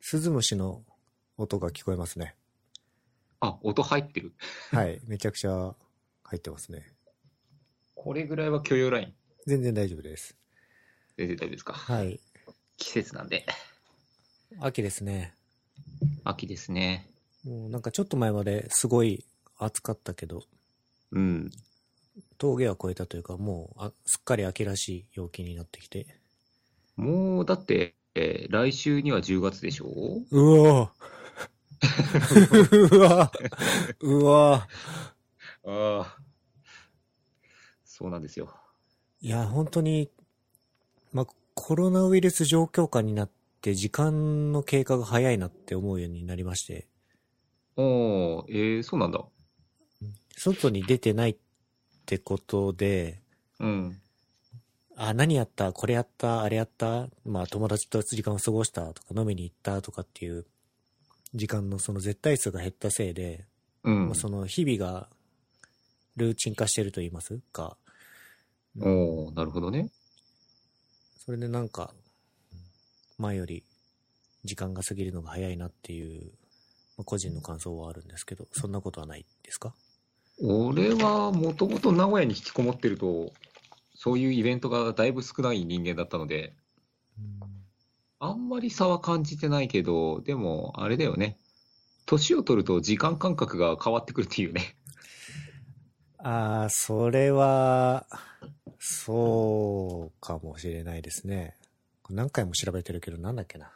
スズムシの音が聞こえますね。あ、音入ってる。はい。めちゃくちゃ入ってますね。これぐらいは許容ライン。全然大丈夫です。全然大丈夫ですか。はい。季節なんで。秋ですね。秋ですね。もうなんかちょっと前まですごい暑かったけど、うん。峠は越えたというか、もうあすっかり秋らしい陽気になってきて。もう、だって、えー来週には10月でしょうわうわうわああ。そうなんですよ。いや、本当に、まあ、コロナウイルス状況下になって、時間の経過が早いなって思うようになりまして、おー、えー、そうなんだ。外に出てないってことで、うん。あ、何やった、これやった、あれやった、まあ、友達と時間を過ごしたとか、飲みに行ったとかっていう、時間のその絶対数が減ったせいで、うん。まあその日々が、ルーチン化してると言いますか、おー、なるほどね。それでなんか、前より時間が過ぎるのが早いなっていう、まあ個人の感想はあるんですけど、そんなことはないですか俺はもともと名古屋に引きこもってると、そういうイベントがだいぶ少ない人間だったので、あんまり差は感じてないけど、でも、あれだよね。年を取ると時間感覚が変わってくるっていうね。 ああ、それは、そうかもしれないですね。これ何回も調べてるけど、なんだっけな。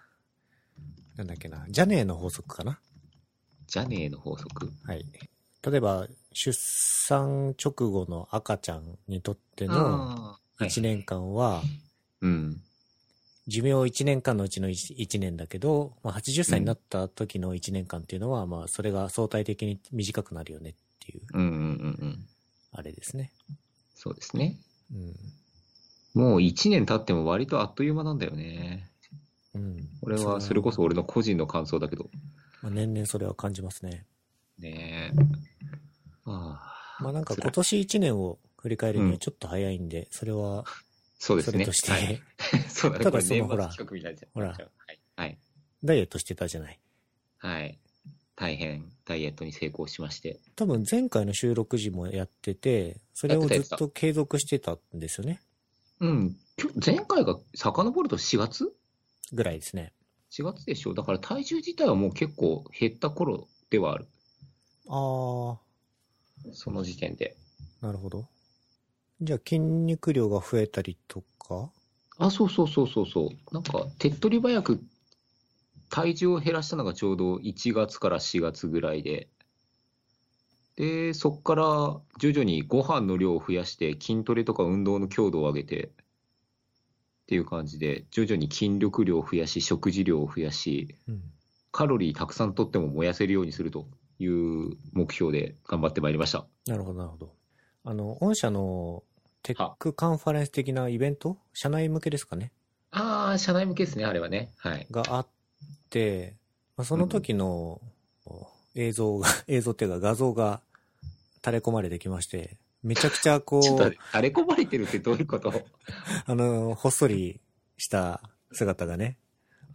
なんだっけな。ジャネーの法則かなじゃねえの法則。はい。例えば、出産直後の赤ちゃんにとってのああ、はい。 1年間は、うん。寿命1年間のうちの 1, 年だけど、まあ、80歳になった時の1年間っていうのは、まあそれが相対的に短くなるよねっていううんうんうんうん。あれですね。そうですね。うん。もう1年経っても割とあっという間なんだよね。うん。俺はそれこそそ俺の個人の感想だけど。う。まあ、年々それは感じますね。ねえ。ああ。まあなんか辛今い年1年を振り返るにうはんちょっと早いんで、それはそうですそれね。として、はい そうだね。ただこれその年ほ末ら企画みたいになっちゃうほらはい。はい。 ダイエットしてたじゃない。はい。大変、ダイエットに成功しまして。多分前回の収録時もやってて、それをずっと継続してたんですよね。うん。きょ前回が遡ると4月ぐらいですね。 ?4 月でしょ。だから体重自体はもう結構減った頃ではある。ああ。その時点で。なるほど。じゃあ筋肉量が増えたりとかあ、そうそうそうそうそう。なんか、手っ取り早く体重を減らしたのがちょうど1月から4月ぐらいで。で、そっから徐々にご飯の量を増やして筋トレとか運動の強度を上げてっていう感じで、徐々に筋力量を増やし、食事量を増やし、うん。カロリーたくさん取っても燃やせるようにするという目標で頑張ってまいりました。なるほど、なるほど。あの、御社のテックカンファレンス的なイベント社内向けですかねああ、社内向けですね、あれはね。はい。があって、まあ、その時の映像が、 映像っていうか画像が垂れ込まれてきまして、めちゃくちゃこちょっとう、あれこばれてるってどういうこと あの、ほっそりした姿がね、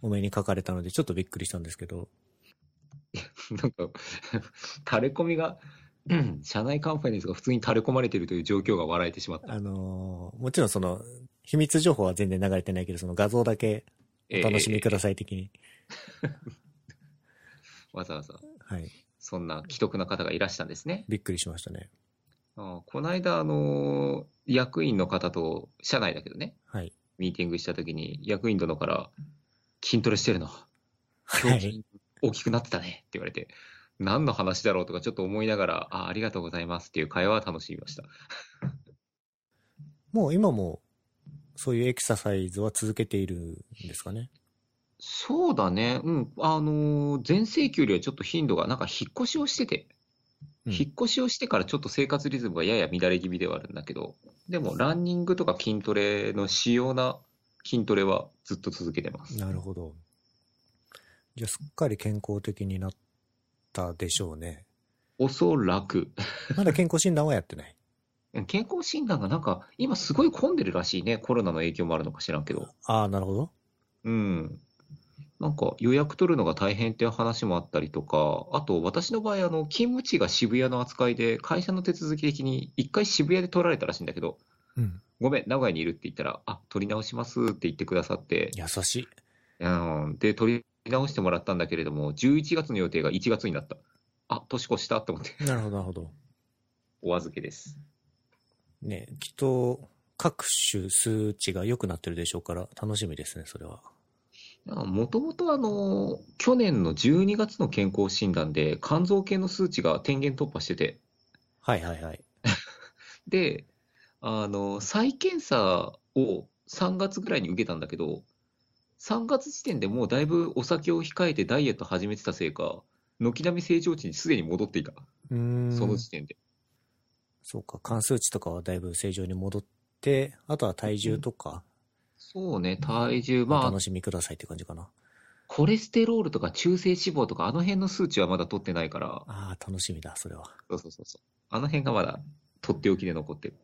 お目にかかれたので、ちょっとびっくりしたんですけど、なんか、垂れ込 みが、うん社内カンファレンスが普通に垂れ込まれてるという状況が笑えてしまった。あのーもちろんその、秘密情報は全然流れてないけど、その画像だけお楽しみくらださい的に。わざわざ、はい。そんな既得な方がいらしたんですね。びっくりしましたね。あこの間、あのー役員の方と、社内だけどね、はい。ミーティングした時に、役員殿から、筋トレしてるの。は胸い。筋大きくなってたねって言われて、何の話だろうとかちょっと思いながら、あありがとうございますっていう会話は楽しみました。もう今も、そういうエクササイズは続けているんですかね。そうだね。うん。あのー前世紀よりはちょっと頻度が、なんか引っ越しをしてて、うん引っ越しをしてからちょっと生活リズムがやや乱れ気味ではあるんだけど、でもランニングとか筋トレの主要な筋トレはずっと続けてます。なるほど。じゃあ、すっかり健康的になったでしょうね。おそらく。まだ健康診断はやって ない。健康診断がなんか、今すごい混んでるらしいね。コロナの影響もあるのか知らんけど。ああ、なるほど。うん。なんか予約取るのが大変っていう話もあったりとか、あと私の場合、あの、勤務地が渋谷の扱いで、会社の手続き的に一回渋谷で取られたらしいんだけど、うん。ごめん、名古屋にいるって言ったら、あ、取り直しますって言ってくださって、優しい。うん、で、取り直してもらったんだけれども、11月の予定が1月になった。あ、年越したと思って、なるほど、なるほど。お預けです。ね、きっと、各種数値が良くなってるでしょうから、楽しみですね、それは。もともとあの、去年の12月の健康診断で、肝臓系の数値が天元突破してて、はいはいはい。で、あの、再検査を3月ぐらいに受けたんだけど、3月時点でもうだいぶお酒を控えてダイエット始めてたせいか、軒並み正常値にすでに戻っていた、うーん。その時点で。そうか、関数値とかはだいぶ正常に戻って、あとは体重とか、そうね、体重、おまあ楽、しみくださいって感じかな。コレステロールとか中性脂肪とか、あの辺の数値はまだ取ってないから、ああ、楽しみだ、それは。そうそうそうそう、あの辺がまだ取っておきで残ってる。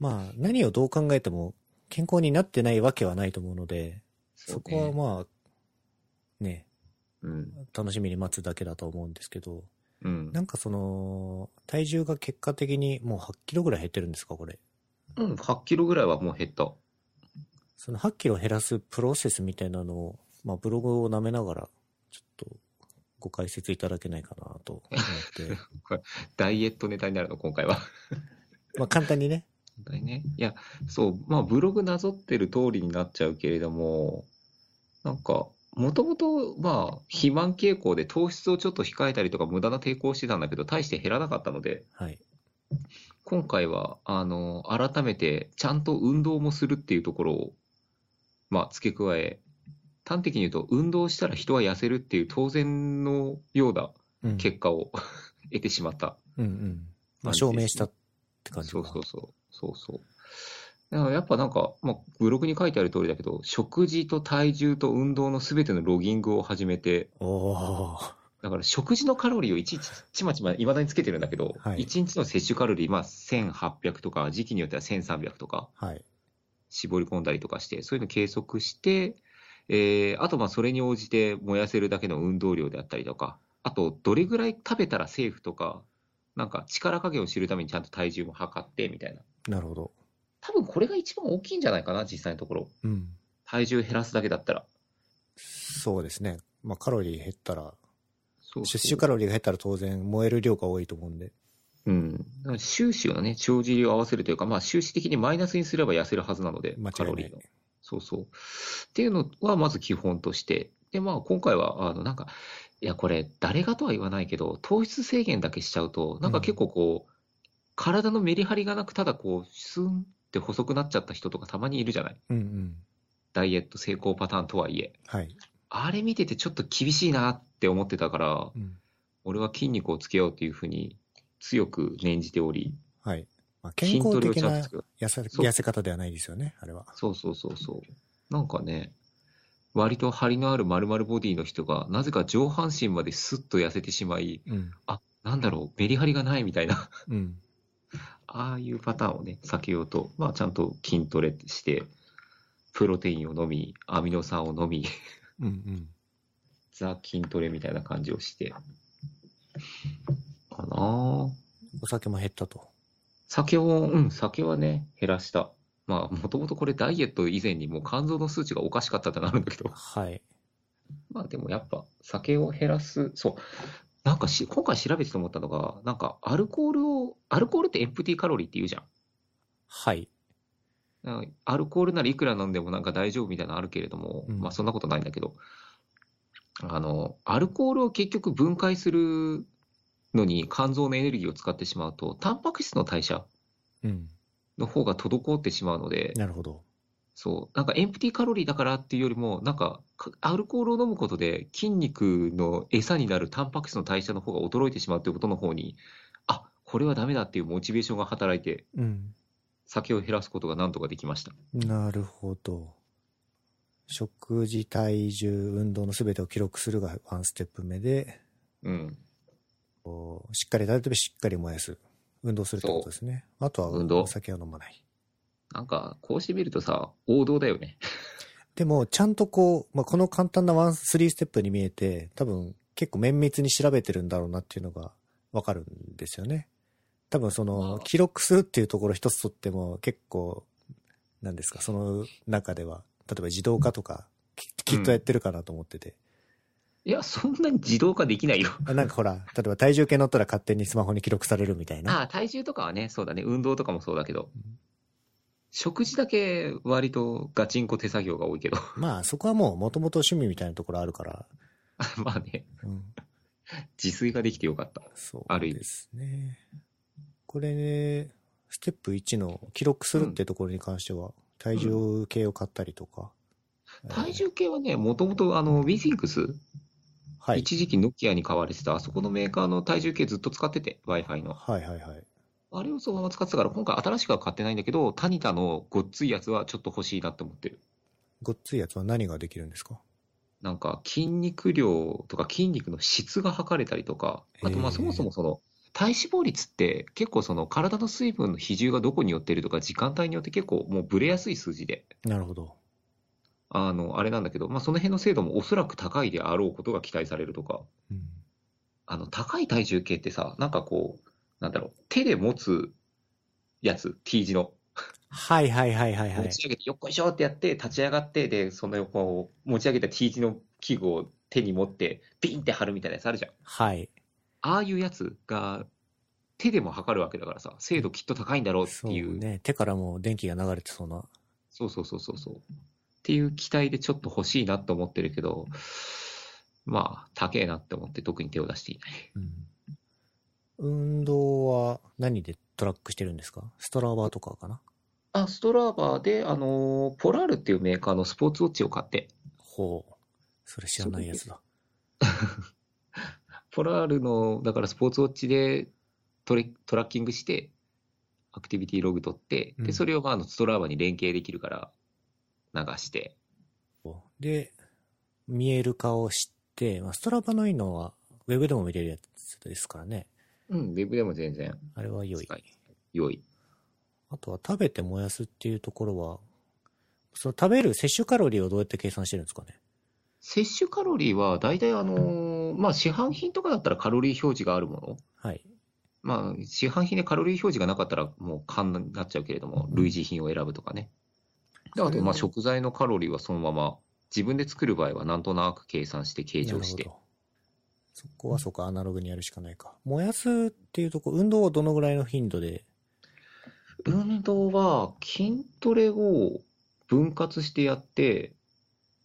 まあ、何をどう考えても、健康になってないわけはないと思うので、そこはねまあ、ね、うん、楽しみに待つだけだと思うんですけど、うんな、んかその、体重が結果的にもう8キロぐらい減ってるんですか、これ。うん、8キロぐらいはもう減った。その8キロ減らすプロセスみたいなのを、まあ、ブログを舐めながら、ちょっと、ご解説いただけないかなと思 って、ダイエットネタになるの、今回は。まあ、簡単にね、本当にね。いや、そう、まあ、ブログなぞってる通りになっちゃうけれども、なんか、もともと、まあ、肥満傾向で糖質をちょっと控えたりとか、無駄な抵抗をしてたんだけど、大して減らなかったので、はい。今回は、あの、改めて、ちゃんと運動もするっていうところを、まあ、付け加え、端的に言うと、運動したら人は痩せるっていう当然のようなうん、結果を 得てしまった。うんうん。まあ、証感じですね明したって感じかそなうそうそう。そうそう。だからやっぱなんか、まあ、ブログに書いてある通りだけど、食事と体重と運動のすべてのロギングを始めて、おーだから食事のカロリーをいちいちちまちまいまだにつけてるんだけど、はい1日の摂取カロリー、まあ、1800とか、時期によっては1300とか、はい。絞り込んだりとかして、そういうの計測して、えーあとまあそれに応じて燃やせるだけの運動量であったりとか、あとどれぐらい食べたらセーフとか、なんか力加減を知るためにちゃんと体重も測ってみたいな。なるほど。多分これが一番大きいんじゃないかな、実際のところ。うん。体重減らすだけだったら。そうですね。まあ、カロリー減ったら、そうそう出種カロリーが減ったら当然燃える量が多いと思うんで。うん。だから収支のね、帳尻を合わせるというか、まあ収支的にマイナスにすれば痩せるはずなので間違いない、カロリーの。そうそう。っていうのはまず基本として。で、まあ今回は、あの、なんか、いや、これ、誰がとは言わないけど、糖質制限だけしちゃうと、なんか結構こう、体のメリハリがなく、ただこう、スンって細くなっちゃった人とかたまにいるじゃない。うんうん。ダイエット成功パターンとはいえ。はい。あれ見ててちょっと厳しいなって思ってたから、うん。俺は筋肉をつけようというふうに強く念じており、はい。まあ、健筋ト康レを的ちゃんなとつけよう。痩せそう痩せ方ではないですよね、あれは。そうそうそうそう。なんかね、割と張りのある丸々ボディの人が、なぜか上半身までスッと痩せてしまい、うん。なんだろう、メリハリがないみたいな、 うん。ああいうパターンをね、避けようと、まあちゃんと筋トレして、プロテインを飲み、アミノ酸を飲み、 うんうん。ザ筋トレみたいな感じをして、かなあお酒も減ったと。酒を、うん、酒はね、減らした。まあ、もともとこれダイエット以前にもう肝臓の数値がおかしかったってなるんだけど。 はい。まあでもやっぱ、酒を減らす、そう。なんかし、今回調べてて思ったのが、なんかアルコールを、アルコールってエンプティカロリーって言うじゃん。はい。なんかアルコールならいくら飲んでもなんか大丈夫みたいなのあるけれども、うんまあそんなことないんだけど、あの、アルコールを結局分解するのに肝臓のエネルギーを使ってしまうと、タンパク質の代謝うん。の方が滞ってしまうので、なるほど。そう、なんかエンプティカロリーだからっていうよりも、なんかかアルコールを飲むことで筋肉の餌になるタンパク質の代謝の方が衰えてしまうということの方に、あこれはダメだっていうモチベーションが働いて、うん。酒を減らすことがなんとかできました。なるほど。食事、体重、運動のすべてを記録するがワンステップ目で、うん、こうしっかり食べてしっかり燃やす。運動するってことですね。あとは運動お酒は飲まない。なんか、こうしてみるとさ、王道だよね。 でも、ちゃんとこう、まあ、この簡単なワン、スリーステップに見えて、多分結構綿密に調べてるんだろうなっていうのがわかるんですよね。多分そまあの、記録数っていうところ一つとっても結構、なんですか、その中では、例えば自動化とか、ききっとやってるかなと思ってて。いや、そんなに自動化できないよ。あなんかほら、例えば体重計乗ったら勝手にスマホに記録されるみたいな。ああ、体重とかはね、そうだね、運動とかもそうだけど、食事だけ割とガチンコ手作業が多いけど、 まあそこはもう元々趣味みたいなところあるから、まあね、うん、自炊ができてよかった。そうある意味ですね。これね、ステップ1の記録するってところに関しては、体重計を買ったりとか。体えー重計はね、もともとあの、ウィ t ンクス、はい。一時期ノキアに買われてた、あそこのメーカーの体重計ずっと使ってて、Wi-Fi の。はいはいはい。あれをそのまま使ってたから、今回新しくは買ってないんだけど、タニタのごっついやつはちょっと欲しいなって思ってる。ごっついやつは何ができるんですかなんか筋肉量とか筋肉の質が測れたりとか、あとまへーあそもそもその体脂肪率って結構その体の水分の比重がどこによってるとか時間帯によって結構もうブレやすい数字で、なるほど。あの、あれなんだけど、まあその辺の精度もおそらく高いであろうことが期待されるとか、うん。あの高い体重計ってさ、なんかこう、なんだろう、手で持つやつ、T 字の。はいはいはいはいは持い。ち上げて、よっこいしょってやって、立ち上がって、で、その横を持ち上げた T 字の器具を手に持って、ビンって貼るみたいなやつあるじゃん。はい。ああいうやつが、手でも測るわけだからさ、精度きっと高いんだろうってそういう、ね。手からもう電気が流れてそうな。そうそうそうそうそう。っていう期待でちょっと欲しいなと思ってるけど、まあ、高えなって思って特に手を出していない。うん。運動は何でトラックしてるんですかストラバーとかかなあ、ストラーバーで、あのーポラールっていうメーカーのスポーツウォッチを買って、ほう。それ知らないやつだ。ポラールの、だからスポーツウォッチでトレトラッキングして、アクティビティログ取って、うんで、それをまあ、あのストラーバに連携できるから流して、で、見える化を知って、まあ、ストラバのいいのは、ウェブでも見れるやつですからね。うん、ウェブでも全然あれは良い使。い良い。あとは食べて燃やすっていうところは、その食べる摂取カロリーをどうやって計算してるんですかね。摂取カロリーは、大体あのーまあ、市販品とかだったらカロリー表示があるもの。はい。まあ、市販品でカロリー表示がなかったら、もう缶になっちゃうけれども、類似品を選ぶとかね。であと、まあ、食材のカロリーはそのまま、自分で作る場合はなんとなく計算して計上しなてる。ほど。そこはそうか、アナログにやるしかないか。燃やすっていうとこ、運動はどのぐらいの頻度で、運動は筋トレを分割してやって、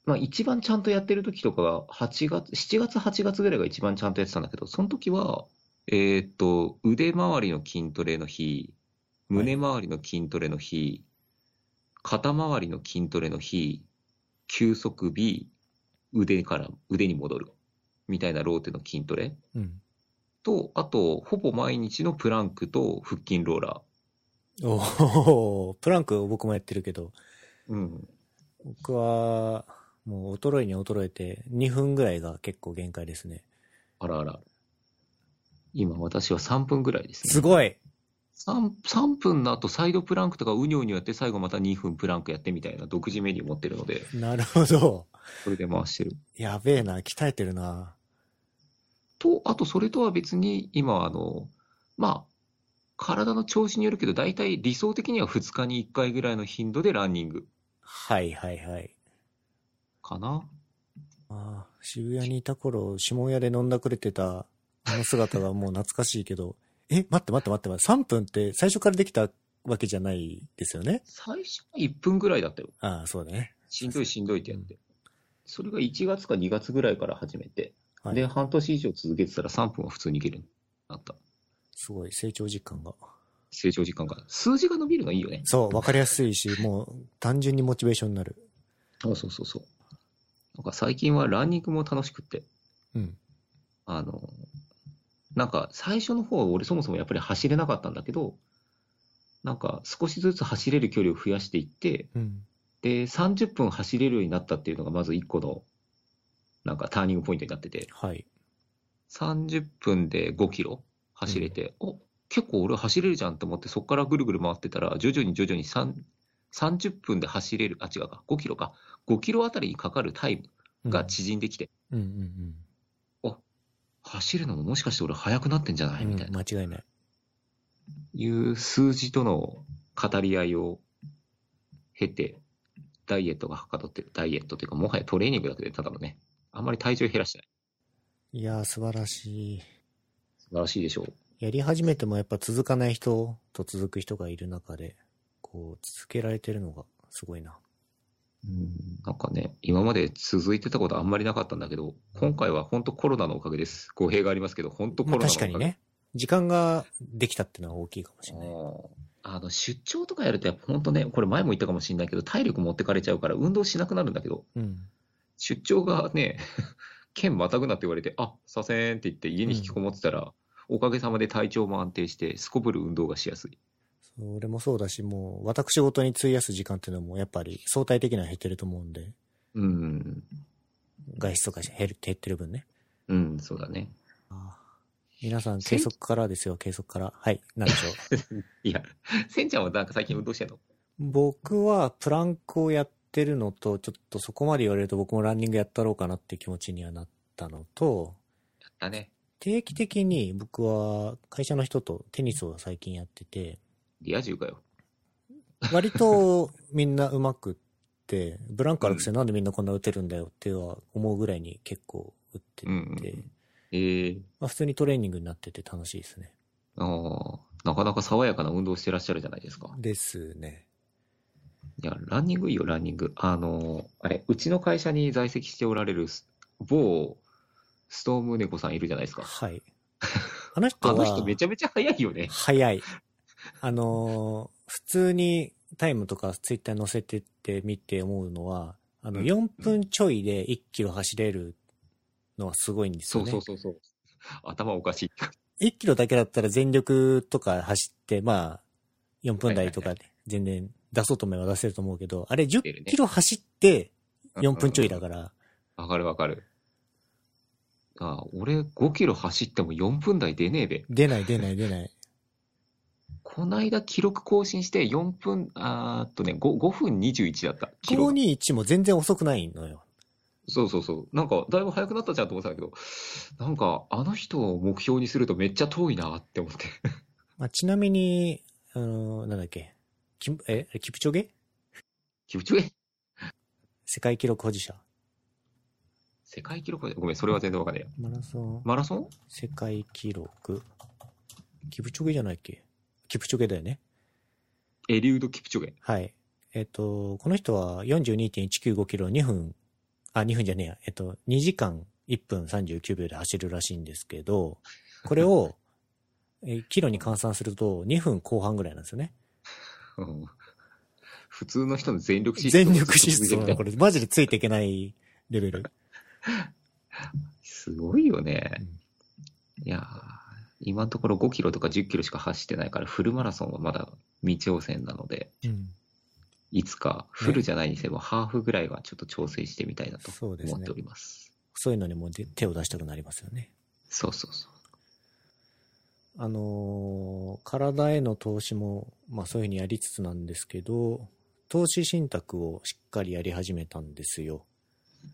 まあ一番ちゃんとやってる時とかが8月、7月8月ぐらいが一番ちゃんとやってたんだけど、その時は、えーっと、腕周りの筋トレの日、胸周りの筋トレの日、肩周りの筋トレの日、休息日、腕から、腕に戻る、みたいなローテの筋トレうん。と、あと、ほぼ毎日のプランクと腹筋ローラー。おおプランク僕もやってるけど、うん。僕は、もう衰えに衰えて、2分ぐらいが結構限界ですね。あらあら。今私は3分ぐらいですすね。ごい 3, 3分の後サイドプランクとかうにょうにょやって最後また2分プランクやってみたいな独自メニュー持ってるので、なるほど。それで回してる。やべえな、鍛えてるな。と、あとそれとは別に今はあの、まあ、体の調子によるけど大体理想的には2日に1回ぐらいの頻度でランニングはいはいはい。かな。ああ、渋谷にいた頃、下屋で飲んだくれてた、あの姿がもう懐かしいけど、え、待って待って待って待って、3分って最初からできたわけじゃないですよね最初は1分ぐらいだったよ。ああ、そうだね。しんどいしんどいってやって。それが1月か2月ぐらいから始めて、はいで、半年以上続けてたら3分は普通にいけるようになった。すごい、成長実感が。成長時間が。数字が伸びるのいいよね。そう、わかりやすいし、もう、単純にモチベーションになる。そうそうそうそう。なんか最近はランニングも楽しくって、うん。あの、なんか最初の方は俺そもそもやっぱり走れなかったんだけど、なんか少しずつ走れる距離を増やしていって、うん。で、30分走れるようになったっていうのがまず1個の、なんかターニングポイントになってて、はい。 30分で5キロ走れて、お結構俺走れるじゃんと思って、そこからぐるぐる回ってたら、徐々に徐々に3 30分で走れる、あ、違うか、5キロか、5キロあたりにかかるタイムが縮んできて、うんうん走るのももしかして俺速くなってんじゃないうん。みうたいん、な、間違いない。いう数字との語り合いを経て、ダイエットがはかどってる、ダイエットというか、もはやトレーニングだけで、ただのね、あんまり体重減らしてない。いやー、素晴らしい。素晴らしいでしょう。やり始めてもやっぱ続かない人と続く人がいる中で、こう、続けられてるのがすごいな。なんかね、今まで続いてたことあんまりなかったんだけど、今回は本当コロナのおかげです。語弊がありますけど、本当コまロあナのお確かかげ。にね、時間ができたってのは大きいかもしれない。あー。あの、出張とかやると、やっぱ本当ね、これ前も言ったかもしれないけど、体力持ってかれちゃうから運動しなくなるんだけど、うん。出張がね、 県またぐなって言われて、あ、させんって言って家に引きこもってたら、おかげさまで体調も安定して、すこぶる運動がしやすい。それもそうだし、もう、私事に費やす時間っていうのも、やっぱり相対的には減ってると思うんで、うん、外出とか減る減ってる分ね。うん、そうだね。あー皆さん、せ計ん測からですよ、計測から。はい、なんでしょう。 いや、 せんちゃんはなんか最近運動してんの僕はプランクをやってるのと、ちょっとそこまで言われると僕もランニングやったろうかなって気持ちにはなったのと、やったね。定期的に僕は会社の人とテニスを最近やってて、リア充かよ。割とみんな上手くって、ブランクあるくせになんでみんなこんな打てるんだよっては思うぐらいに結構打ってて、うんうんうんえー。まあ、普通にトレーニングになってて楽しいですね。ああ、なかなか爽やかな運動してらっしゃるじゃないですか。ですね。いや、ランニングいいよ、ランニング。あのー、あれ、うちの会社に在籍しておられるす某ストーム猫さんいるじゃないですか。はい。あの人 あは、の人めちゃめちゃ速いよね。早い。あのー普通にタイムとかツイッターに載せてって見て思うのは、あの、うん4分ちょいで1キロ走れるのはすごいんですそようね。そうそうそう。頭おかしい。 1キロだけだったら全力とか走って、まあ、4分台とかで全然出そうと思えば出せると思うけど、あれ出る10ねキロ走って4分ちょいだから、ら。わかるわかる。あー、俺5キロ走っても4分台出ねえべ。出ない出ない出 ない。こないだ記録更新して4分、あーっとね5、5分21だった。記録。 521も全然遅くないのよ。そうそうそう。なんか、だいぶ早くなったじゃんと思ってたけど、なんか、あの人を目標にするとめっちゃ遠いなって思って。 まあ、ちなみに、あのーなんだっけ、キムえ、キプチョゲキプチョゲ世界記録保持者。世界記録はごめん、それは全然わかんないや。マラソン、マラソン世界記録。キプチョゲじゃないっけキプチョゲだよね。エリウド・キプチョゲ。はい。えっ、と、この人は42.195キロ2分、あ、2分じゃねえや。えっと、2時間1分39秒で走るらしいんですけど、これ を、えキロに換算すると2分後半ぐらいなんですよね。うん普通の人の全力疾走。全力疾走みなたいのなこれマジでついていけないレベル。 すごいよね。いやー今のところ5キロとか10キロしか走ってないから、フルマラソンはまだ未挑戦なので、うん。いつかフルじゃないにせよ、ハーフぐらいはちょっと調整してみたいなとそうです思っねてお。ります。そういうのにもで手を出したくなりますよね。そうそうそう。あのー体への投資も、まあそういうふうにやりつつなんですけど、投資信託をしっかりやり始めたんですよ。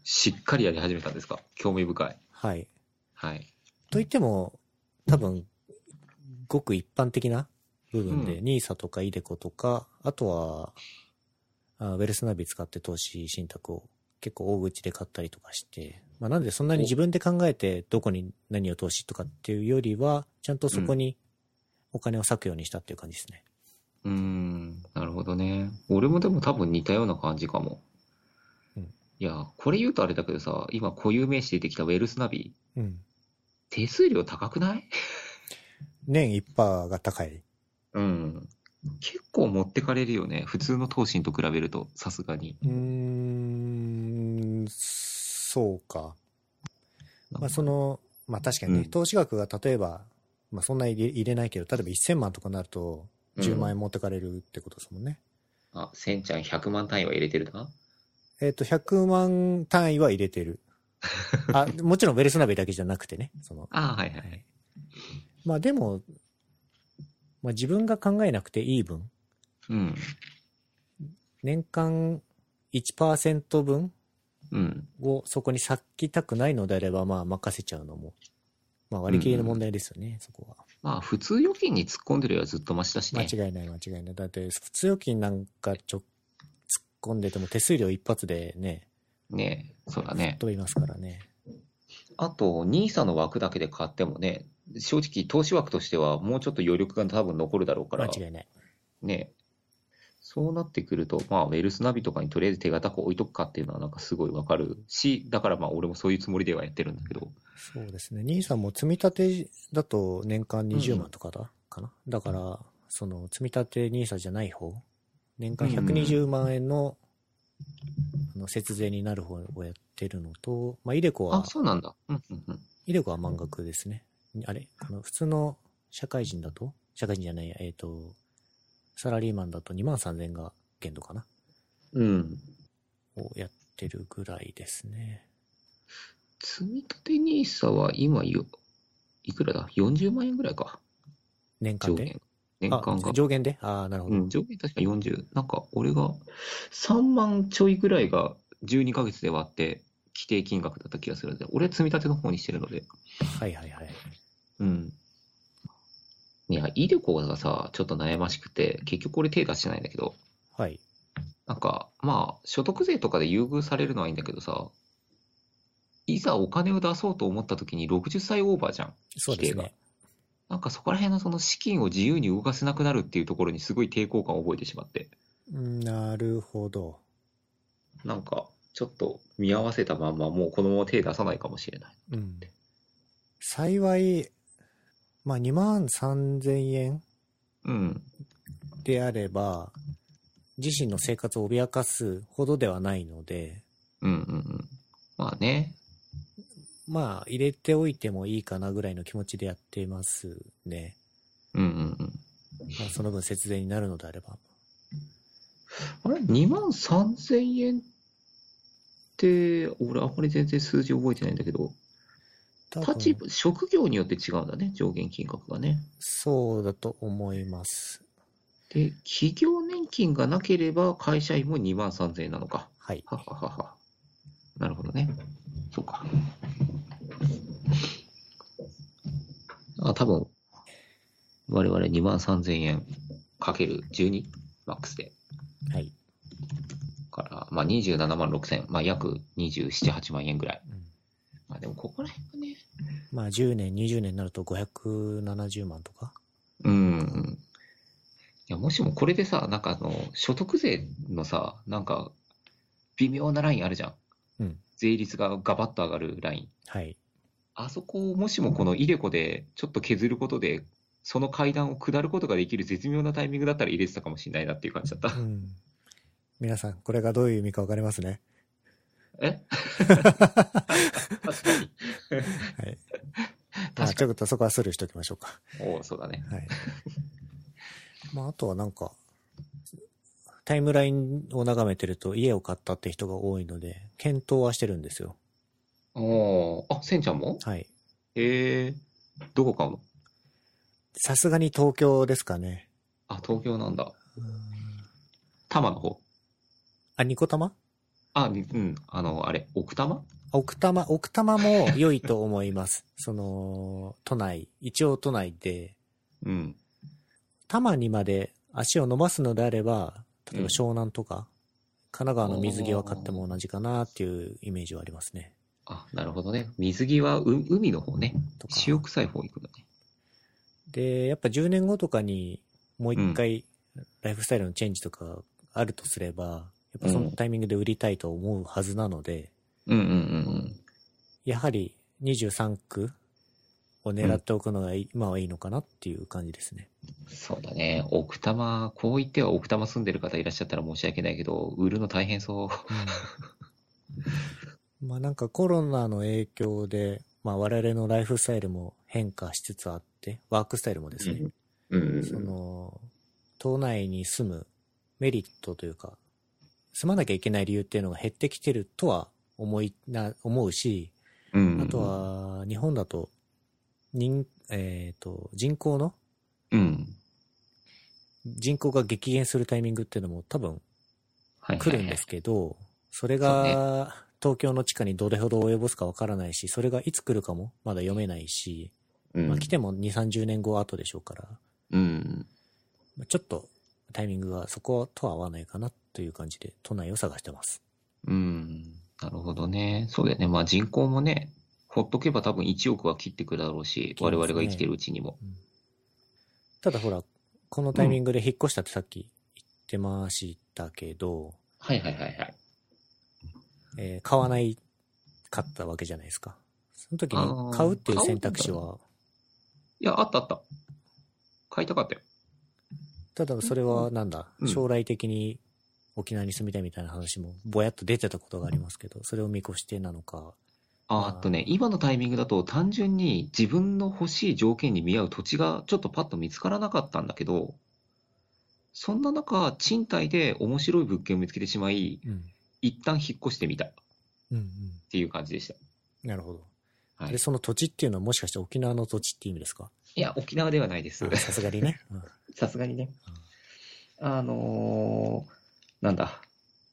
しっかりやり始めたんですか興味深い。はい。はい。といっても、多分、ごく一般的な部分で、うんニーサとかイデコとか、あとは、あウェルスナビ使って投資信託を結構大口で買ったりとかして、まあなんでそんなに自分で考えてどこに何を投資とかっていうよりは、ちゃんとそこにお金を割くようにしたっていう感じですね。うーん、なるほどね。俺もでも多分似たような感じかもうん。いや、これ言うとあれだけどさ、今固有名詞出てきたウェルスナビ、うん。手数料高くない年1%が高い。うん。結構持ってかれるよね。普通の投信と比べると、さすがに。うーん、そうか。なんまあかその、まあ確かにね、うん投資額が例えば、まあそんな入れ入れないけど、例えば1000万とかなると、10万うん円持ってかれるってことですもんね。あ、せんちゃん100万単位は入れてるな。えっ、と、100万単位は入れて る。あ、もちろんウェルスナビだけじゃなくてね、その。あはいはい。まあでも、まあ自分が考えなくていい分、うん。年間1%分うん。をそこに割きたくないのであれば、まあ任せちゃうのも、まあ割り切りの問題ですよね、そこは。まあ、普通預金に突っ込んでるよりはずっとマシだし間ね。違いない間違いない。だって、普通預金なんかちょ、突っ込んでても手数料一発でね、ねえそうだね。飛びますからね。あと、NISA の枠だけで買ってもね、正直、投資枠としてはもうちょっと余力が多分残るだろうか間ら、違いない。ねえそうなってくると、まあ、ウェルスナビとかにとりあえず手堅く置いとくかっていうのはなんかすごいわかるし、だからまあ、俺もそういうつもりではやってるんだけど、そうですね。兄さんも積み立てだと年間20万とかだ、かな。だから、その、積み立て兄さんじゃない方、年間120万円の、あの、節税になる方をやってるのと、まあ、イデコあは、、そうなんだ。うんうんうん。威力は満額ですね。あれこの普通の社会人だと社会人じゃないや、えっ、と、サラリーマンだと2万3000が限度かなうん。をやってるぐらいですね。積み立て NISA は今よ、いくらだ ?40 万円ぐらいか。年間上で限。年間あが。上限でああ、なるほど。うん、上限確か40。なんか、俺が3万ちょいぐらいが12ヶ月で割って規定金額だった気がするので、俺は積み立ての方にしてるので。はいはいはい。うん。いや、イデコがさ、ちょっと悩ましくて、結局俺手出してないんだけど、はい。なんか、まあ、所得税とかで優遇されるのはいいんだけどさ、いざお金を出そうと思った時に60歳オーバーじゃん。そうですね。なんかそこら辺のその資金を自由に動かせなくなるっていうところにすごい抵抗感を覚えてしまって。うんなるほど。なんか、ちょっと見合わせたまんま、もうこのまま手出さないかもしれない。うん。幸い、まあ2万3000円うん。であれば、自身の生活を脅かすほどではないので、うんうんうん。まあね。まあ、入れておいてもいいかなぐらいの気持ちでやってます ね。うんうんうん。まあ、その分節税になるのであれば。あれ ?2 万3000円って、俺あんまり全然数字覚えてないんだけど、多分立場、職業によって違うんだね、上限金額がね。そうだと思います。で、企業年金がなければ会社員も2万3000円なのか。はい。はははは。なるほどね。そうか。あ、多分、我々2万3000円かける12マックスで。はい。から、まあ27万6000、まあ約27、8万円ぐらい。うんまあでもここら辺がね。まあ、10年、20年になると570万とか。うんうん。いや、もしもこれでさ、なんかあの、所得税のさ、なんか、微妙なラインあるじゃん。うん。税率がガバッと上がるライン。はい。あそこをもしもこのイデコでちょっと削ることで、その階段を下ることができる絶妙なタイミングだったら入れてたかもしれないなっていう感じ だったう。ん。皆さん、これがどういう意味かわかりますね。 え確かに。はい。まあ、確ちかょっとそこはスルーしときましょうか。に。おうそうだね。はい。 まあ、あとはなんか、タイムラインを眺めてると家を買ったって人が多いので、検討はしてるんですよ。おーあ、せんちゃんもはい。ええどこかも。さすがに東京ですかね。あ、東京なんだ。多摩の方。あ、ニコ玉あ、にうん。あの、あれ、奥多摩奥多摩、奥多摩も良いと思います。 その、都内、一応都内で、うん。多摩にまで足を伸ばすのであれば、例えば湘南とか、神奈川の水着は買っても同じかなっていうイメージはありますね。あ、なるほどね。水着はう海の方ね。とか塩臭い方行くのね。で、やっぱ10年後とかにもう一回ライフスタイルのチェンジとかあるとすれば、やっぱそのタイミングで売りたいと思うはずなので、うんうんうんやはり23区を狙っておくのがいい今はいいのかなっていう感じです ね。うん。そうだね。奥多摩、こう言っては奥多摩住んでる方いらっしゃったら申し訳ないけど、売るの大変そう。まあなんかコロナの影響で、まあ我々のライフスタイルも変化しつつあって、ワークスタイルもですね、うんうんうんその、島内に住むメリットというか、住まなきゃいけない理由っていうのが減ってきてるとは思いな、思うし、うんうんあと、は日本だと、人、えっ、と、人口の、うん。人口が激減するタイミングっていうのも多分はいはい来はいるんですけど、それそが東京の地下にどれほど及ぼすかわからないし、それがいつ来るかもまだ読めないし、うんまあ来ても2、30年後後でしょうから、うん。まあちょっとタイミングがそことは合わないかなという感じで都内を探してます。うん。なるほどね。そうだよね。まあ人口もね、ほっとけば多分1億は切ってくだろうし、そう我ですね々が生きてるうちにも。ただほら、このタイミングで引っ越したってさっき言ってましたけど、はいはいはいはい。えー買わないかったわけじゃないですか。その時あーに買うっていう選択肢は、いや、あったあった。買いたかったよ。ただそれはなんだ、うん将来的に沖縄に住みたいみたいな話もぼやっと出てたことがありますけど、それを見越してなのか、あーあーっとね、今のタイミングだと単純に自分の欲しい条件に見合う土地がちょっとパッと見つからなかったんだけど、そんな中、賃貸で面白い物件を見つけてしまい、うん。一旦引っ越してみたっうんていう感じでしうん。なるほど。た。はいで、。その土地っていうのはもしかして沖縄の土地って意味ですかいや、沖縄ではないです。あさすがに ね。うんさすがにね。あのーなんだ。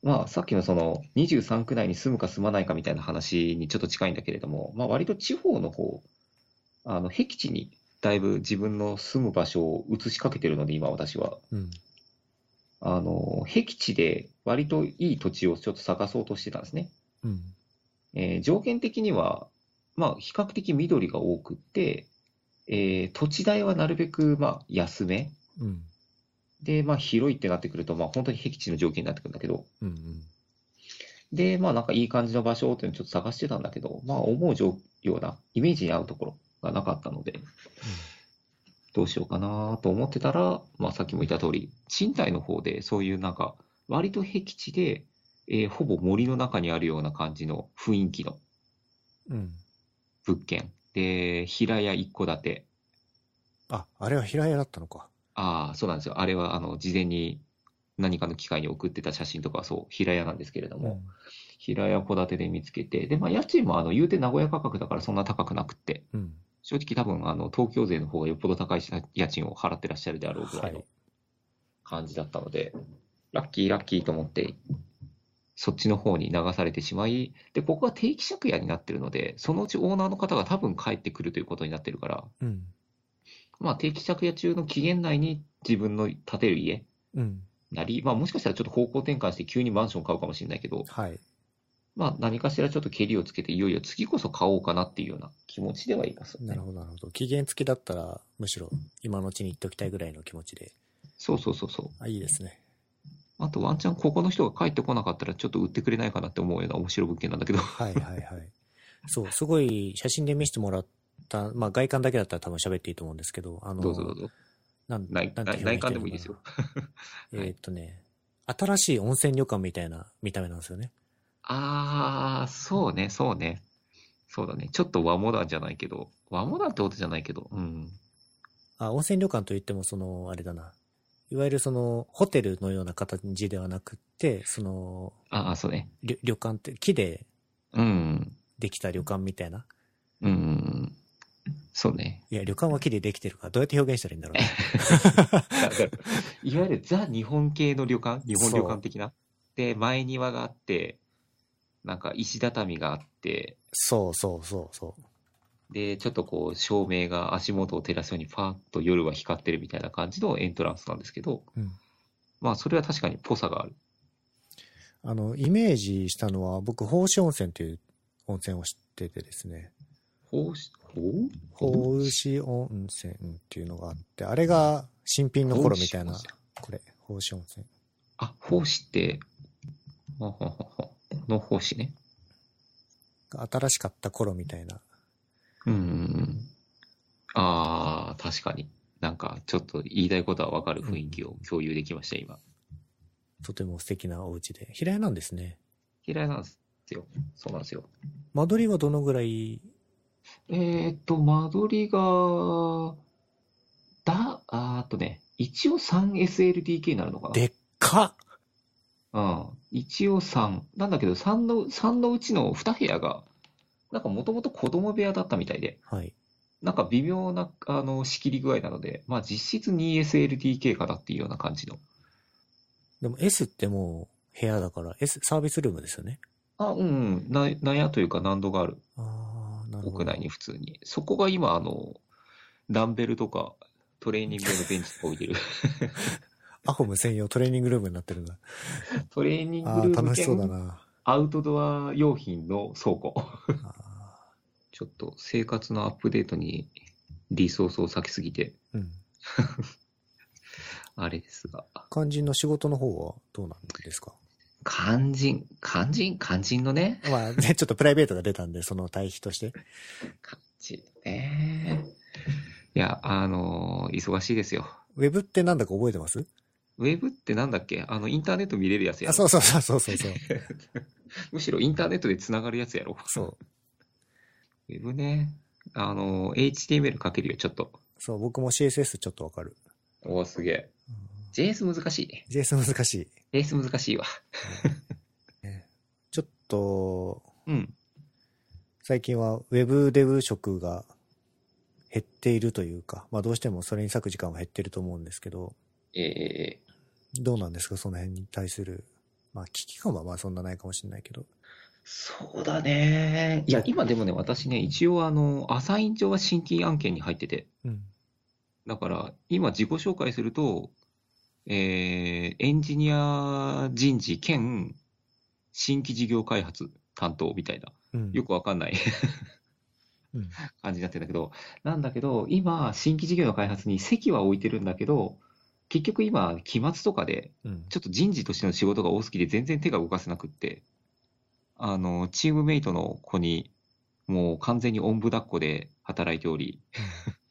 まあ、さっきのその23区内に住むか住まないかみたいな話にちょっと近いんだけれども、まあ、割と地方の方、あの、僻地にだいぶ自分の住む場所を移しかけてるので、今私は。うん。あのー、僻地で割といい土地をちょっと探そうとしてたんですね。うん。えー条件的には、まあ、比較的緑が多くって、えー土地代はなるべく、まあ、安め。うん。で、まあ、広いってなってくると、まあ、本当に僻地の条件になってくるんだけど、うん。うん。で、まあ、なんかいい感じの場所っていうのをちょっと探してたんだけど、まあ、思うような、イメージに合うところがなかったので、どうしようかなと思ってたら、まあ、さっきも言った通り、賃貸の方で、そういうなんか、割と僻地で、えーほぼ森の中にあるような感じの雰囲気のうん。物件。で、平屋一戸建て。あ、あれは平屋だったのか。ああ、そうなんですよ。あれは、あの、事前に何かの機会に送ってた写真とかはそう、平屋なんですけれども、平屋戸建てで見つけて、で、まあ、家賃も、あの、言うて名古屋価格だからそんな高くなくって、うん。正直多分、あの、東京税の方がよっぽど高い家賃を払ってらっしゃるであろうぐらはいのい感じだったので、ラッキーラッキーと思って、そっちの方に流されてしまい、で、ここは定期借家になってるので、そのうちオーナーの方が多分帰ってくるということになってるから、うん。まあ、定期借家中の期限内に自分の建てる家うん。なり、まあ、もしかしたらちょっと方向転換して急にマンション買うかもしれないけど、はい。まあ、何かしらちょっとけりをつけて、いよいよ次こそ買おうかなっていうような気持ちではいます、なるほど、なるほど。期限付きだったら、むしろ今のうちに行っておきたいぐらいの気持ちで。そうそうそうそう。あ、いいですね。あとワンチャンここの人が帰ってこなかったらちょっと売ってくれないかなって思うような面白い物件なん だけど。はいはい はい。そう、すごい写真で見せてもらった、まあ外観だけだったら多分喋っていいと思うんですけど、あの、どうぞどうぞ。なん内なんて表現内内してる観でのかもいいな ですよ。はいえーっとね、新しい温泉旅館みたいな見た目なんですよね。あー、そうね、そうね。そうだね。ちょっと和モダンじゃないけど、和モダンってことじゃないけど、うん。あ、温泉旅館といっても、その、あれだな。いわゆるその、ホテルのような形ではなくって、その、ああ、そうね。旅旅館って、木でうん。できた旅館みたいな。うん。そうね。 いや、旅館は木でできてるから、どうやって表現したらいいんだろうね。だからいわゆるザ日本系の旅館日本旅館的な。で、前庭があって、なんか石畳があって、そうそうそうそう。で、ちょっとこう、照明が足元を照らすように、パーッと夜は光ってるみたいな感じのエントランスなんですけど、うんまあ、それは確かにぽさがある。あの、イメージしたのは、僕、宝子温泉という温泉を知っててですね。ほうし、ほう宝子温泉っていうのがあって、あれが新品の頃みたいなほうし。これ、宝子温泉。あ、ほうしって、ほほほほのほうしね。が新しかった頃みたいな。うんうんうん。ああ、確かに。なんか、ちょっと言いたいことはわかる雰囲気を共有できました、今。とても素敵なお家で。平屋なんですね。嫌いなんですよ。そうなんですよ。間取りはどのぐらいえーっと、間取りが、だ、あーっとね、一応 3SLDK になるのかなでっかっうん。一応3。なんだけど、3の、3のうちの2部屋が、なんかもともと子供部屋だったみたいで、はい。なんか微妙な、あの、仕切り具合なので、まあ実質 2SLDK かなっていうような感じの。でも S ってもう部屋だから、え、サービスルームですよね。あ、うん、うんな、なんやというか難度がある。ああ、なるほど。屋内に普通に。そこが今、あの、ダンベルとか、トレーニング用のベンチとか置い てる。アホム専用トレーニングルームになってるんだ。トレーニングああ、ルーム楽しそうだ兼 な。アウトドア用品の倉庫。あちょっと生活のアップデートにリソースを割きすぎて、ーうん。あれですが。肝心の仕事の方はどうなんですか肝心、肝心、肝心のね。まあ、ね、ちょっとプライベートが出たんで、その対比として。肝心のね。いや、あの忙しいですよ。ウェブってなんだか覚えてますウェブってなんだっけあの、インターネット見れるやつやあ、ろ。そうそうそうそうそうそう。むしろインターネットでつながるやつやろ。そう。ウェブね。あの、HTML 書けるよ、ちょっと。そう、僕も CSS ちょっとわかる。おお、すげえ。JS 難しいね。 JS 難しい。 JS 難しいわ。 ちょっと、うん。最近は Web デブ職が減っているというか、まあどうしてもそれに割く時間は減ってると思うんですけど、えー、どうなんですかその辺に対する。まあ危機感はまあそんなないかもしれないけど。そうだね。いや、今でもね、私ね、一応あの、アサイン上は新規案件に入ってて。うん。だから、今自己紹介すると、えー、エンジニア人事兼新規事業開発担当みたいな、うん。よくわかんない うん感じになってんだけど、なんだけど、今、新規事業の開発に席は置いてるんだけど、結局今、期末とかで、うん。ちょっと人事としての仕事が多すぎて全然手が動かせなくって、あの、チームメイトの子に、もう完全におんぶ抱っこで働いており、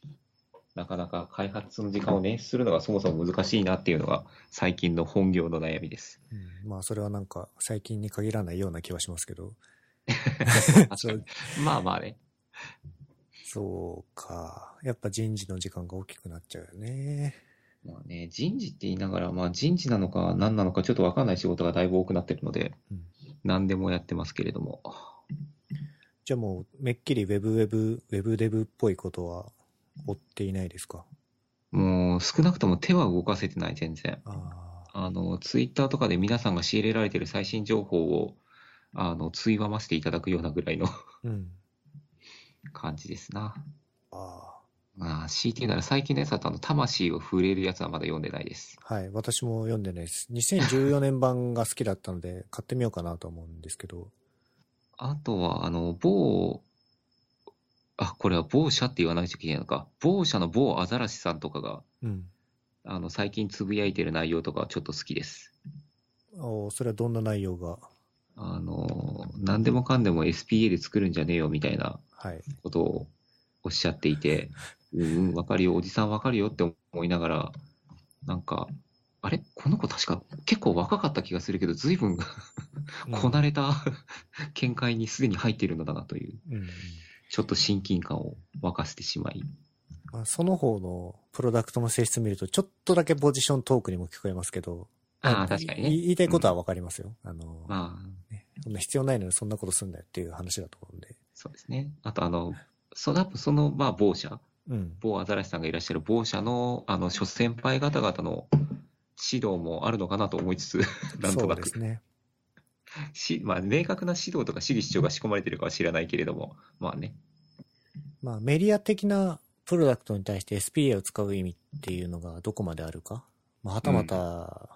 なかなか開発の時間を捻出するのがそもそも難しいなっていうのが最近の本業の悩みです。 うんまあそれはなんか最近に限らないような気はしますけど。そうまあまあね。そうか。やっぱ人事の時間が大きくなっちゃうよね。まあね、人事って言いながら、まあ人事なのか何なのかちょっとわかんない仕事がだいぶ多くなってるのでうん、何でもやってますけれども。じゃあもう、めっきりウェブウェブ、ウェブデブっぽいことは追っていないですかもう少なくとも手は動かせてない全然。ああ。あの、ツイッターとかで皆さんが仕入れられてる最新情報を、あの、ついばましていただくようなぐらいの うん。感じですな。あまあ、CT なら最近のやつだと、あの、魂を触れるやつはまだ読んでないです。あ。はい。私も読んでないです。2014年 版が好きだったので、買ってみようかなと思うんですけど。あとは、あの、某、あ、これは某社って言わないといけないのか。某社の某アザラシさんとかが、うん。あの、最近つぶやいてる内容とかはちょっと好きです。おそれはどんな内容があの、何でもかんでも SPA で作るんじゃねえよみたいなはい。ことをおっしゃっていて、うんうん、わかるよ、おじさんわかるよって思いながら、なんか、あれこの子確か結構若かった気がするけど、随分こなれ。れた 見解にすでに入っているのだなという、うんうん。ちょっと親近感を沸かせてしまい、まあ、その方のプロダクトの性質見ると、ちょっとだけポジショントークにも聞こえますけど。ああ、確かにね。い言いたいことはわかりますよ。あの、まあ、そんな必要ないのにそんなことすんなよっていう話だと思うんで。そうですね。あと、あの、その、その、まあ、某社、うん。某アザラシさんがいらっしゃる某社の、あの、諸先輩方々の指導もあるのかなと思いつつ、なんとそなうでくす。ね。し、まあ、明確な指導とか私利主張が仕込まれてるかは知らないけれども、まあね。まあ、メディア的なプロダクトに対して SPA を使う意味っていうのがどこまであるか。まあ、はたまた、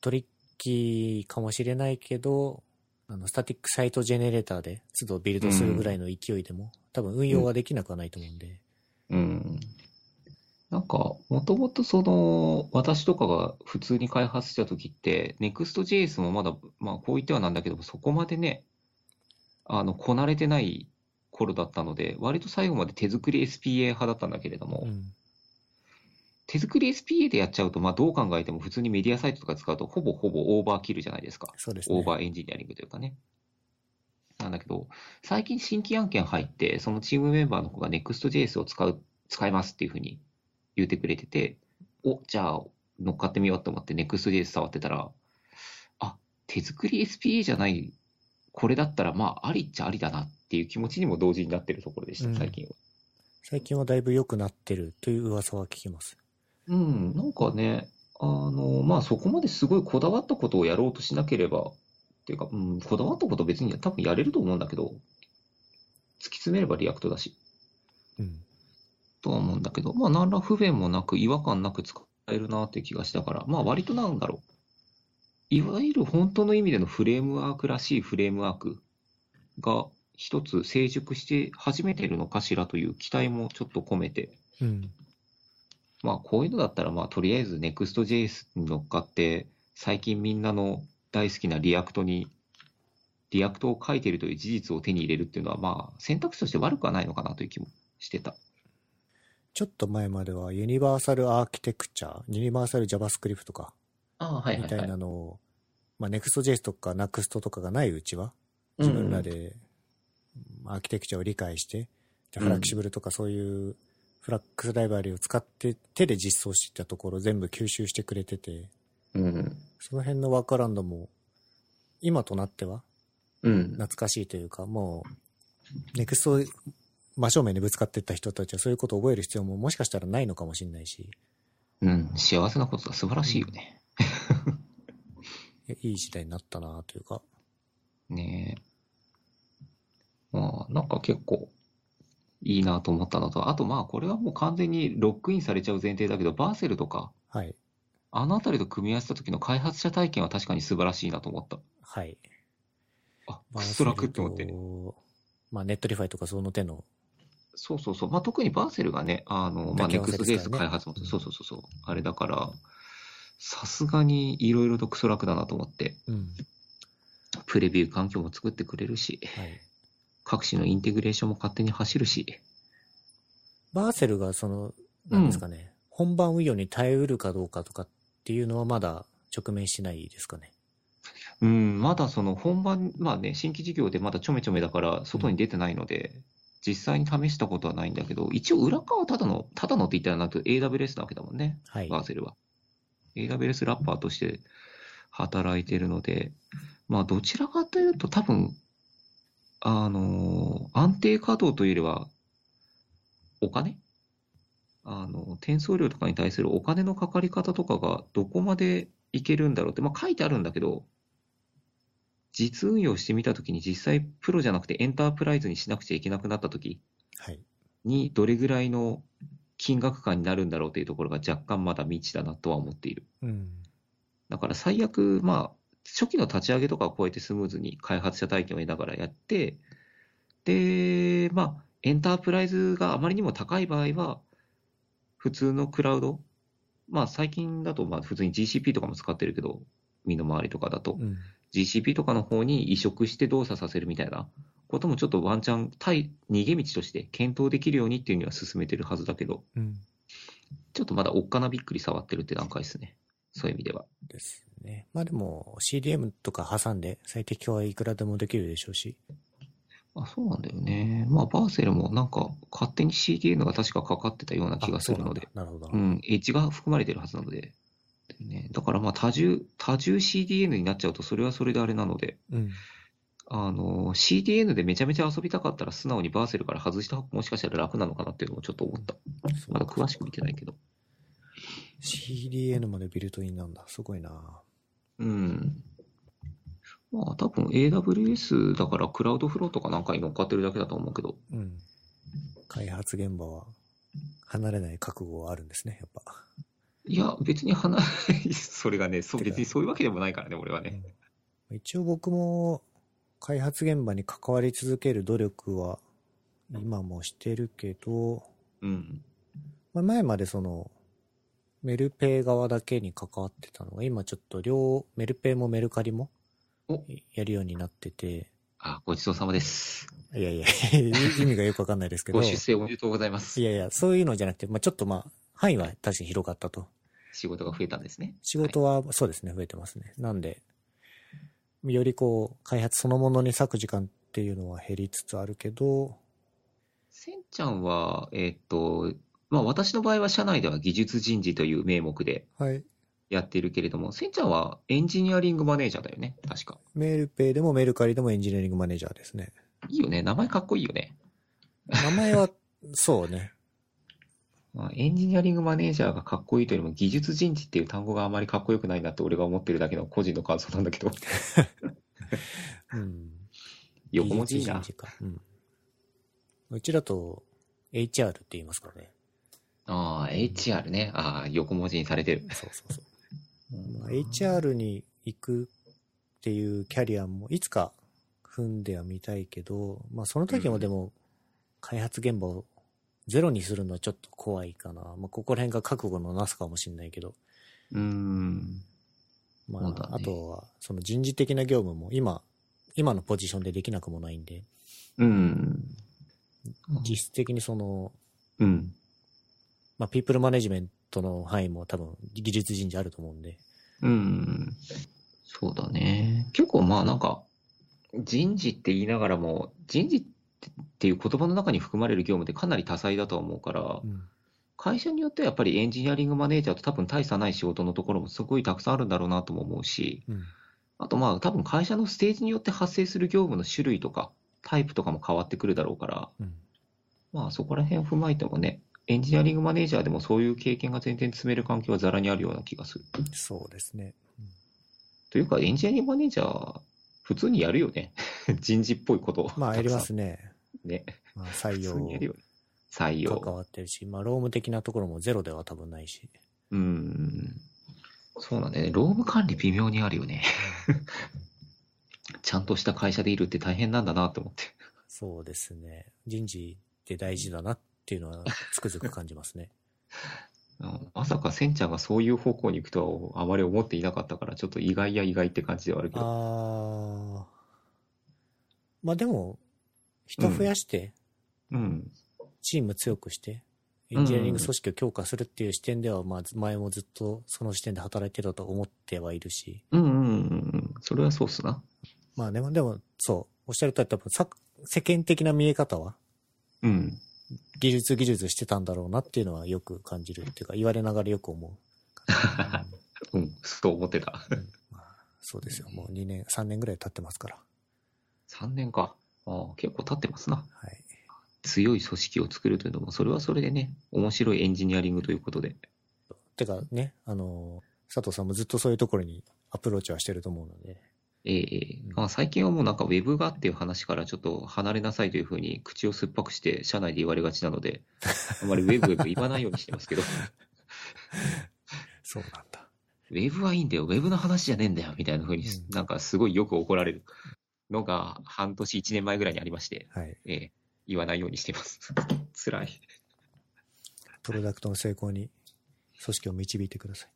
トリッキーかもしれないけど、あの、スタティックサイトジェネレーターで都度ビルドするぐらいの勢いでも、多分運用はできなくはないと思うんで。うん。なんか、もともとその、私とかが普通に開発した時って、Next.js もまだ、まあこう言ってはなんだけど、そこまでね、あの、こなれてない頃だったので、割と最後まで手作り SPA 派だったんだけれども、うん。手作り SPA でやっちゃうと、まあどう考えても普通にメディアサイトとか使うと、ほぼほぼオーバーキルじゃないですか。そうですね。オーバーエンジニアリングというかね。なんだけど、最近新規案件入って、そのチームメンバーの子が Next.js を使う、使いますっていうふうに言ってくれてて、お、じゃあ乗っかってみようと思って Next.js 触ってたら、あ、手作り SPA じゃない、これだったらまあありっちゃありだなっていう気持ちにも同時になってるところでしうた、ん最近は。最近はだいぶ良くなってるという噂は聞きます。うん、なんかね、あの、まあ、そこまですごいこだわったことをやろうとしなければ、っていうか、うん、こだわったこと別に多分やれると思うんだけど、突き詰めればリアクトだし、うん。とは思うんだけど、まあ、何ら不便もなく違和感なく使えるなっていう気がしたから、まあ、割となんだろう。いわゆる本当の意味でのフレームワークらしいフレームワークが一つ成熟して始めてるのかしらという期待もちょっと込めて、うん。まあこういうのだったらまあとりあえず Next.js に乗っかって最近みんなの大好きなリアクトにリアクトを書いてるという事実を手に入れるっていうのはまあ選択肢として悪くはないのかなという気もしてた。ちょっと前まではユニバーサルアーキテクチャ、ユニバーサル JavaScript か、ああ、はみたいなのを、まあ Next.js とか Next とかがないうちは、自分らでアーキテクチャを理解して、じゃあうんフラキシブルとかそういうフラックスライブラリを使って手で実装していったところ全部吸収してくれてて、うんうん。その辺のワーカランドも今となってはうん。懐かしいというか、もう NEXT 真正面にぶつかっていった人たちはそういうことを覚える必要ももしかしたらないのかもしれないし、うん。幸せなことだ。素晴らしいよね。いやいい時代になったなというか、ねえ。まあなんか結構いいなと思ったのと、あとまあこれはもう完全にロックインされちゃう前提だけど、バーセルとか、はい、あのあたりと組み合わせた時の開発者体験は確かに素晴らしいなと思った。はい。あ、クストラクって思っバて。ーセルとまあ、ネットリファイとかその手の、そうそうそう。まあ、特にバーセルがね、あの、まだあ、けネはクスそトうデでーすスからね開発も、そうそうそうそう。あれだから、さすがにいろいろとクソ楽だなと思って、うん、プレビュー環境も作ってくれるし、はい。各種のインテグレーションも勝手に走るし、バーセルがその、なんですかね、本番運用に耐えうるかどうかとかっていうのはまだ直面してないですかね。うん、まだその本番、まあね、新規事業でまだちょめちょめだから、外に出てないので、実際に試したことはないんだけど、一応裏側はただの、ただのって言ったらなんと AWS なわけだもんね。はい。バーセルは。AWS ラッパーとして働いてるので、まあ、どちらかというと、多分あのー安定稼働というよりは、お金あの、転送料とかに対するお金のかかり方とかがどこまでいけるんだろうって、まあ、書いてあるんだけど、実運用してみたときに実際プロじゃなくてエンタープライズにしなくちゃいけなくなったとき、はい。にどれぐらいの金額感になるんだろうというところが若干まだ未知だなとは思っている。うん。だから最悪、まあ、初期の立ち上げとかを超えてスムーズに開発者体験を得ながらやって、で、まあ、エンタープライズがあまりにも高い場合は、普通のクラウド、まあ最近だとまあ普通に GCP とかも使ってるけど、身の回りとかだと、うん。 GCP とかの方に移植して動作させるみたいなこともちょっとワンチャン対逃げ道として検討できるようにっていうには進めてるはずだけど、うん。ちょっとまだおっかなびっくり触ってるって段階ですね。そういう意味では。ですね。まあでも CDM とか挟んで最適化はいくらでもできるでしょうし。あ、そうなんだよね。まあ、バーセルもなんか勝手に CDN が確かかかってたような気がするので。あ。そうなんだなるほど。うん、H が含まれてるはずなので。ね、だからまあ多重、多重 CDN になっちゃうとそれはそれであれなので、うん。あの、CDN でめちゃめちゃ遊びたかったら素直にバーセルから外した方がもしかしたら楽なのかなっていうのもちょっと思った。そうまだ詳しく見てないけど。 CDN までビルトインなんだ。すごいなうん。まあ多分 AWS だからクラウドフローとかなんかに乗っかってるだけだと思うけど。うん。開発現場は離れない覚悟はあるんですね、やっぱ。いや、別に話、 それがね、そうてか別にそういうわけでもないからね、俺はね。うん一応僕も開発現場に関わり続ける努力は今もしてるけど、うん。まあ、前までそのメルペイ側だけに関わってたのが今ちょっと両メルペイもメルカリもおやるようになっててあ、ごちそうさまです。いやいや意味がよくわかんないですけどご出い世おめでとうございます。やいやそういうのじゃなくて、まあ、ちょっとまあ範囲は確かに広がったと仕事が増えたんですね。仕事はそうですね増えてますねなんでよりこう開発そのものに割く時間っていうのは減りつつあるけどせんちゃんは、えーっと、まあ私の場合は社内では技術人事という名目ではいやっているけれども、せんちゃんはエンジニアリングマネージャーだよね、確か。メルペイでもメルカリでもエンジニアリングマネージャーですねいいよね、名前かっこいいよね。名前は、そうね。まあ、エンジニアリングマネージャーがかっこいいというよりも技術人事っていう単語があまりかっこよくないなって俺が思ってるだけの個人の感想なんだけ どうん。横文字いいな技術人事か。うん。うちだと、HR って言いますからね。ああ HR ねああ横文字にされてるそうそうそう。まあ HR に行くっていうキャリアもいつか踏んではみたいけど、まあその時もでも開発現場をゼロにするのはちょっと怖いかな。まあここら辺が覚悟のなさかもしれないけど、うーんまそあ、うだねあとはその人事的な業務も今、今のポジションでできなくもないんで、うん実質的にその、うんまあピープルマネジメントの範囲も多分技術人事あると思うんで、うんそうだね結構まあなんか人事って言いながらも人事っていう言葉の中に含まれる業務ってかなり多彩だとは思うからうん会社によってはやっぱりエンジニアリングマネージャーと多分大差ない仕事のところもすごいたくさんあるんだろうなとも思うし、うんあとまあ多分会社のステージによって発生する業務の種類とかタイプとかも変わってくるだろうから、うんまあそこら辺を踏まえてもね、エンジニアリングマネージャーでもそういう経験が全然積める環境はざらにあるような気がする。そうですね。というかエンジニアリングマネージャー、普通にやるよね。 人事っぽいことをまあやりまたくさすね。んね。まあ普採通用にやるよね。採用。関わってるし、まあ、ローム的なところもゼロでは多分ないし。うん。そうなんだよね。労務管理微妙にあるよね。 ちゃんとした会社でいるって大変なんだなって思って。そうですね。人事って大事だなっていうの はつくづく感じますね。うんまさかセンちゃんがそういう方向に行くとはあまり思っていなかったから、ちょっと意外や意外って感じではあるけあど。ー。まあでも、人増やして、うん。チーム強くして、うんエンジニアリング組織を強化するっていう視点では、まあ前もずっとその視点で働いてたと思ってはいるし、うんうんうんうん。それはそうっすな。まあでも、でも、そう、おっしゃる通り多分さ、世間的な見え方は、うん。 技術技術してたんだろうなっていうのはよく感じるっていうか、言われながらよく思う。うん。そう思ってた。まあ、そうですよ。もう2年、3年ぐらい経ってますから。 3年か。ああ、結構経ってますな。はい。強い組織を作るというのも、それはそれでね、面白いエンジニアリングということで。てかね、あのー、佐藤さんもずっとそういうところにアプローチはしてると思うので。ええまあ、最近はもうなんかウェブがっていう話からちょっと離れなさいというふうに口を酸っぱくして社内で言われがちなので、あまりウェブウェブ言わないようにして ますけど。そうなんだ。ウェブはいいんだよ、ウェブの話じゃねえんだよ、みたいな風にう、んなんかすごいよく怒られるのが、半年、1年前ぐらいにありまして、はい。ええ言わないようにしてます。 辛い。プロダクトの成功に組織を導いてくださ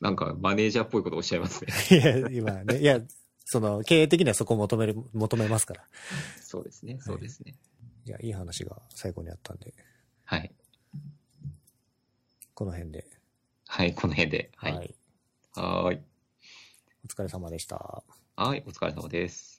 なんか、マネージャーっぽいことおっしゃいますね。い。いや、今ね、いや、その、経営的にはそこを求める、求めますから。 そうですね、そうですね。いや、いい話が最後にあったんで、はい。この辺で。はい、この辺で。はい。い。はーい。お疲れ様でした。はい、お疲れ様です。